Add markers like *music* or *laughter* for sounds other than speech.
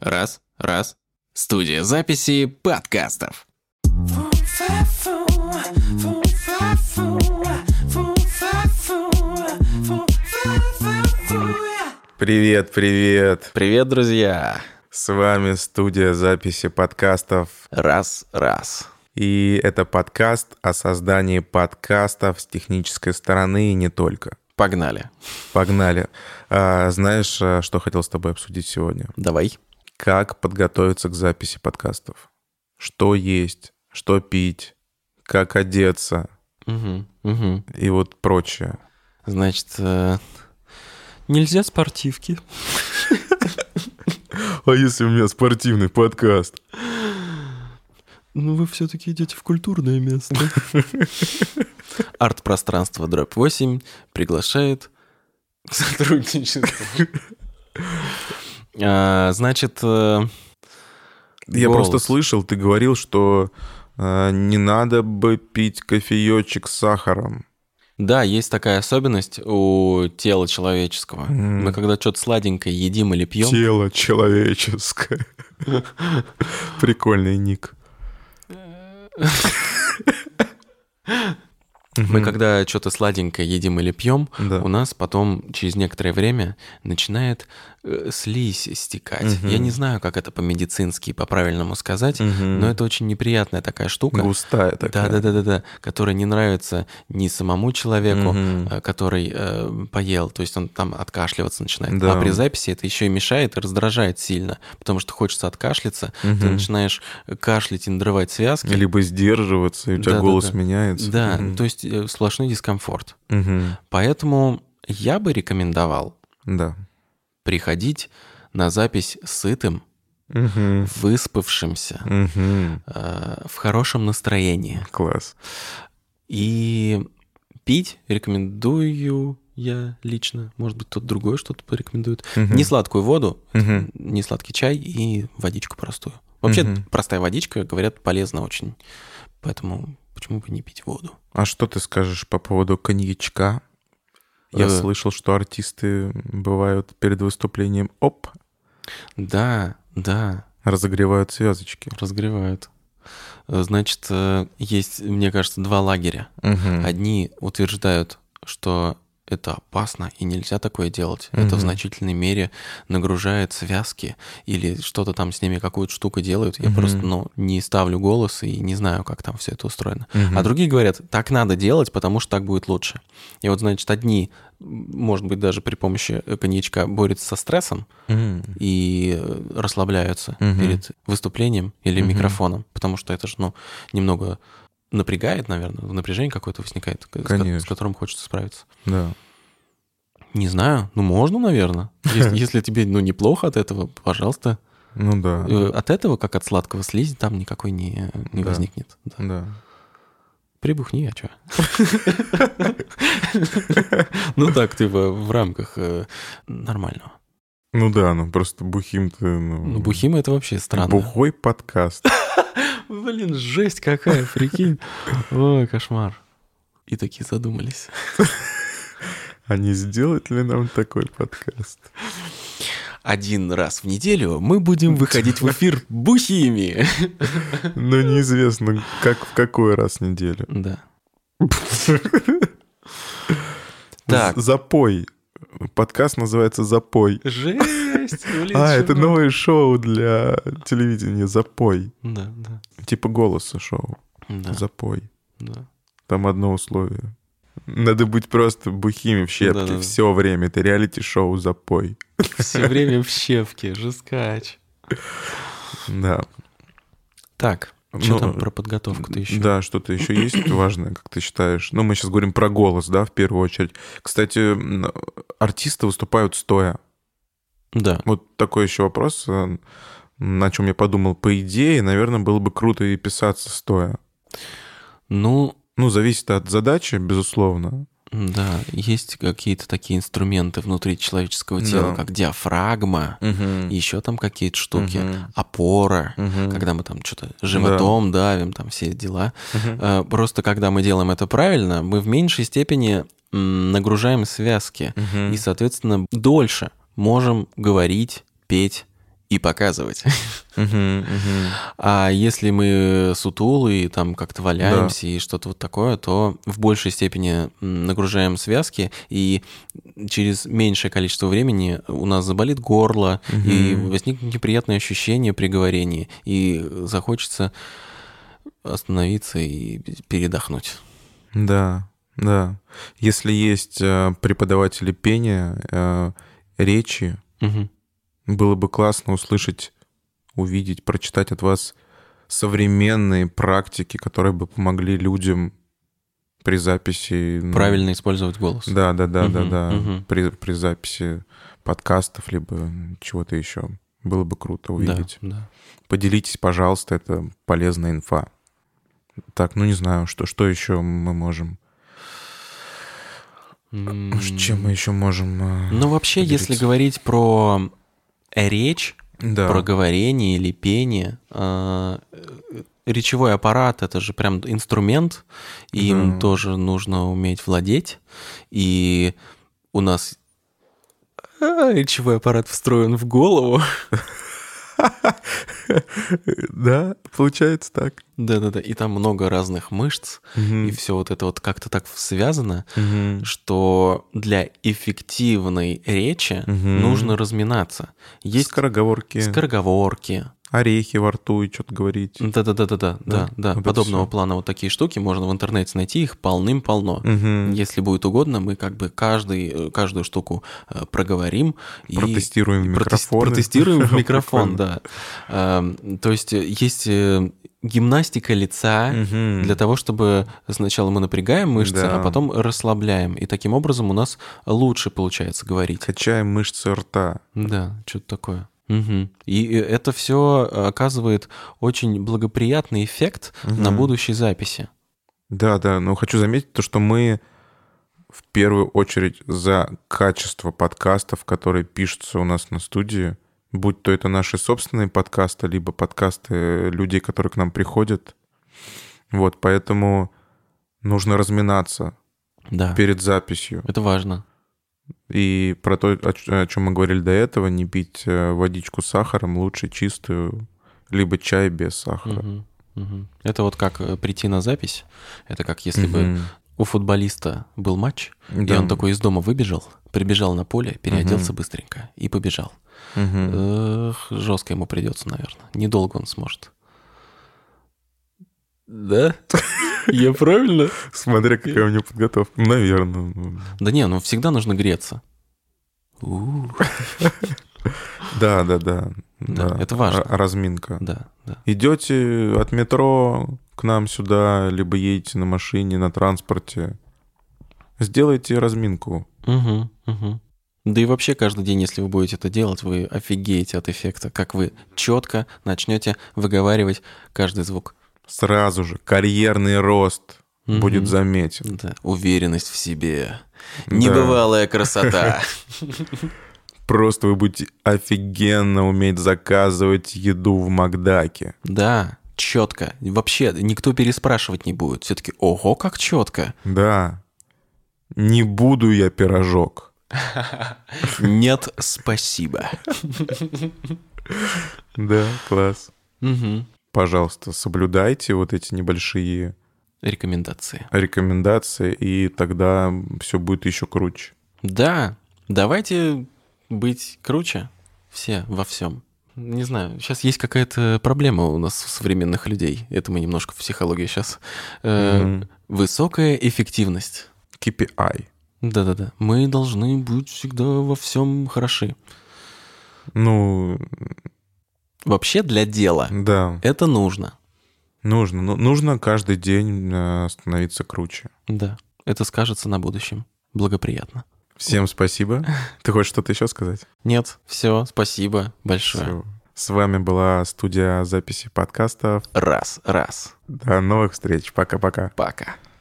Раз, раз. Студия записи подкастов. Привет, привет! Привет, друзья. С вами студия записи подкастов. Раз, раз. И это подкаст о создании подкастов с технической стороны и не только. Погнали. Погнали. А, знаешь, а, что хотел с тобой обсудить сегодня? Давай. Как подготовиться к записи подкастов? Что есть? Что пить? Как одеться? Угу, угу. И вот прочее. Значит, э, нельзя спортивки. А если у меня спортивный подкаст? Ну, вы все-таки идете в культурное место. *laughs* Арт-пространство Дроп 8 приглашает к сотрудничеству. *laughs* А, Значит, э, Я Голос. просто слышал, ты говорил, что э, не надо бы пить кофеечек с сахаром. да, есть такая особенность у тела человеческого. Мгм. Мы когда что-то сладенькое едим или пьем, *laughs* Тело человеческое. Прикольный ник. мы когда что-то сладенькое едим или пьем, Да. у нас потом через некоторое время начинает э, слизь стекать. Мгм. Я не знаю, как это по-медицински и по-правильному сказать, Мгм. но это очень неприятная такая штука. Густая такая. Да-да-да-да-да, которая не нравится ни самому человеку, Мгм. э, который э, поел, то есть он там откашливаться начинает. Да. А при записи это еще и мешает и раздражает сильно, потому что хочется откашляться, А, ты Мгм. начинаешь кашлять и надрывать связки. Либо сдерживаться, и у тебя Да-да-да. голос меняется. Да, Мгм. то есть э, сплошной дискомфорт. Мгм. Поэтому я бы рекомендовал Да. приходить на запись сытым, Мгм. выспавшимся, Мгм. э, в хорошем настроении. Класс. И пить рекомендую я лично. Может быть, кто-то другой что-то порекомендует. Мгм. Не сладкую воду, Мгм. не сладкий чай и водичку простую. Вообще, Мгм. простая водичка, говорят, полезна очень. Поэтому почему бы не пить воду? А что ты скажешь по поводу коньячка? Я Э. слышал, что артисты бывают перед выступлением, оп, Да, да, разогревают связочки. разгревают. Э, Значит, э, есть, мне кажется, два лагеря. Одни утверждают, что это опасно и нельзя такое делать. Это в Мгм. значительной мере нагружает связки или что-то там с ними, какую-то штуку делают. Я Мгм. просто ну, не ставлю голос и не знаю, как там все это устроено. Мгм. А другие говорят, так надо делать, потому что так будет лучше. И вот, значит, одни, м, может быть, даже при помощи э, коньячка борются со стрессом Мгм. и э, расслабляются Мгм. перед выступлением или Мгм. микрофоном, потому что это же, ну, немного напрягает, наверное, напряжение какое-то возникает, к- с ко- с Конечно. которым хочется справиться. Да. Не знаю, ну можно, *laughs* наверное. Если, если тебе, ну, неплохо от этого, пожалуйста. Ну да. Э, От этого, как от сладкого слизи, там никакой не, не Да. возникнет. Да. Да. Прибухни, *laughs* а чё? Ну так, типа, в рамках э, нормального. Ну да, ну просто бухим ты... Ну, Ну, бухима это вообще странно. Бухой подкаст. Блин, жесть какая, прикинь. Ой, кошмар. И такие задумались. А не сделать ли нам такой подкаст? Один раз в неделю мы будем выходить в эфир бухими. Ну неизвестно, как в какой раз в неделю. Да. Так. З- Запой. Подкаст называется «Запой». Жесть. блин, А, это чувак. новое шоу для телевидения «Запой». Да, да, Типа голоса шоу да, «Запой». да. Там одно условие. Надо быть просто бухими в щепке Да-да-да. все время. Это реалити-шоу «Запой». Все время в щепке, жескач. Да. Так, что Ну, там про подготовку-то еще? Да, что-то еще есть важное, как ты считаешь? Ну, мы сейчас говорим про голос, да, в первую очередь. Кстати, м, артисты выступают стоя. Да. Вот такой еще вопрос, э, на чем я подумал. По идее, наверное, было бы круто и писаться стоя. Ну, Ну, зависит от задачи, безусловно. Да, есть какие-то такие инструменты внутри человеческого Да. тела, как диафрагма, еще там какие-то штуки, Мгм. опора, Мгм. когда мы там что-то животом давим, там все дела. Мгм. Э, Просто когда мы делаем это правильно, мы в меньшей степени м, нагружаем связки Мгм. и, соответственно, дольше можем говорить, петь и показывать. *laughs* А если мы сутулы и там как-то валяемся и что-то вот такое, то в большей степени нагружаем связки, и через меньшее количество времени у нас заболит горло, и возникнут неприятные ощущения при говорении, и захочется остановиться и передохнуть. Да, да. Если есть э, преподаватели пения, э, речи, угу. было бы классно услышать, увидеть, прочитать от вас современные практики, которые бы помогли людям при записи. Ну, Правильно использовать голос. Да, да, да, угу, да, да. Угу. При, при записи подкастов, либо чего-то еще. Было бы круто увидеть. Да, да. Поделитесь, пожалуйста, это полезная инфа. Так, ну не знаю, что, что еще мы можем. С чем мы еще можем? а, Ну, вообще, поделиться? если говорить про речь, да. про говорение или пение, а, речевой аппарат это же прям инструмент, и да. им тоже нужно уметь владеть. И у нас а, речевой аппарат встроен в голову. *laughs* Да, получается так. Да-да-да, и там много разных мышц, угу. и все вот это вот как-то так связано, угу. что для эффективной речи угу. нужно разминаться. Есть скороговорки. Скороговорки. Орехи во рту и что-то говорить. Да-да-да-да-да, да, да. Вот Подобного плана вот такие штуки можно в интернете найти, их полным-полно. Угу. Если будет угодно, мы как бы каждый, э, каждую штуку э, проговорим. Протестируем и, в микрофон. Протестируем *laughs* *laughs* в микрофон, да. Эм, То есть э, есть гимнастика лица угу. для того, чтобы сначала мы напрягаем мышцы, да. а потом расслабляем. И таким образом у нас лучше получается говорить. Качаем мышцы рта. Да, что-то такое. Угу. И это все оказывает очень благоприятный эффект угу. на будущей записи. Да, да, но хочу заметить то, что мы в первую очередь за качество подкастов, которые пишутся у нас на студии, будь то это наши собственные подкасты, либо подкасты людей, которые к нам приходят. Вот, поэтому нужно разминаться да. перед записью. Это важно. И про то, о чем мы говорили до этого, не пить э, водичку с сахаром, лучше чистую, либо чай без сахара. Угу, угу. Это вот как прийти на запись, это как если угу. бы у футболиста был матч, да. и он такой из дома выбежал, прибежал на поле, переоделся угу. быстренько и побежал. Угу. Эх, жестко ему придется, наверное. Недолго он сможет. Да? Я правильно? Смотря какая у него подготовка. Наверное. Да не, ну всегда нужно греться. Да, да, да. Да, А, это важно. Разминка. Да, да. Идете от метро к нам сюда, либо едете на машине, на транспорте. Сделайте разминку. Угу, угу. Да и вообще каждый день, если вы будете это делать, вы офигеете от эффекта, как вы четко начнете выговаривать каждый звук. Сразу же карьерный рост угу. будет заметен. Да. Уверенность в себе. Небывалая да. *laughs* красота. Просто вы будете офигенно уметь заказывать еду в Макдаке. Да, четко. Вообще никто переспрашивать не будет. Все-таки, ого, как четко. Да. Не буду я пирожок. Нет, спасибо. Да, класс. Угу. Пожалуйста, соблюдайте вот эти небольшие рекомендации. Рекомендации, и тогда все будет еще круче. Да, давайте быть круче все во всем. Не знаю, сейчас есть какая-то проблема у нас у современных людей. Это мы немножко в психологии сейчас. Mm-hmm. Высокая эффективность. KPI. Да-да-да. Мы должны быть всегда во всем хороши. Ну... Вообще для дела. Да. Это нужно. Нужно. Ну, нужно каждый день э, становиться круче. Да. Это скажется на будущем. Благоприятно. Всем спасибо. Ты хочешь что-то еще сказать? Нет. Все. Спасибо большое. Все. С вами была студия записи подкастов. Раз, раз. До новых встреч. Пока-пока. Пока. -пока. Пока.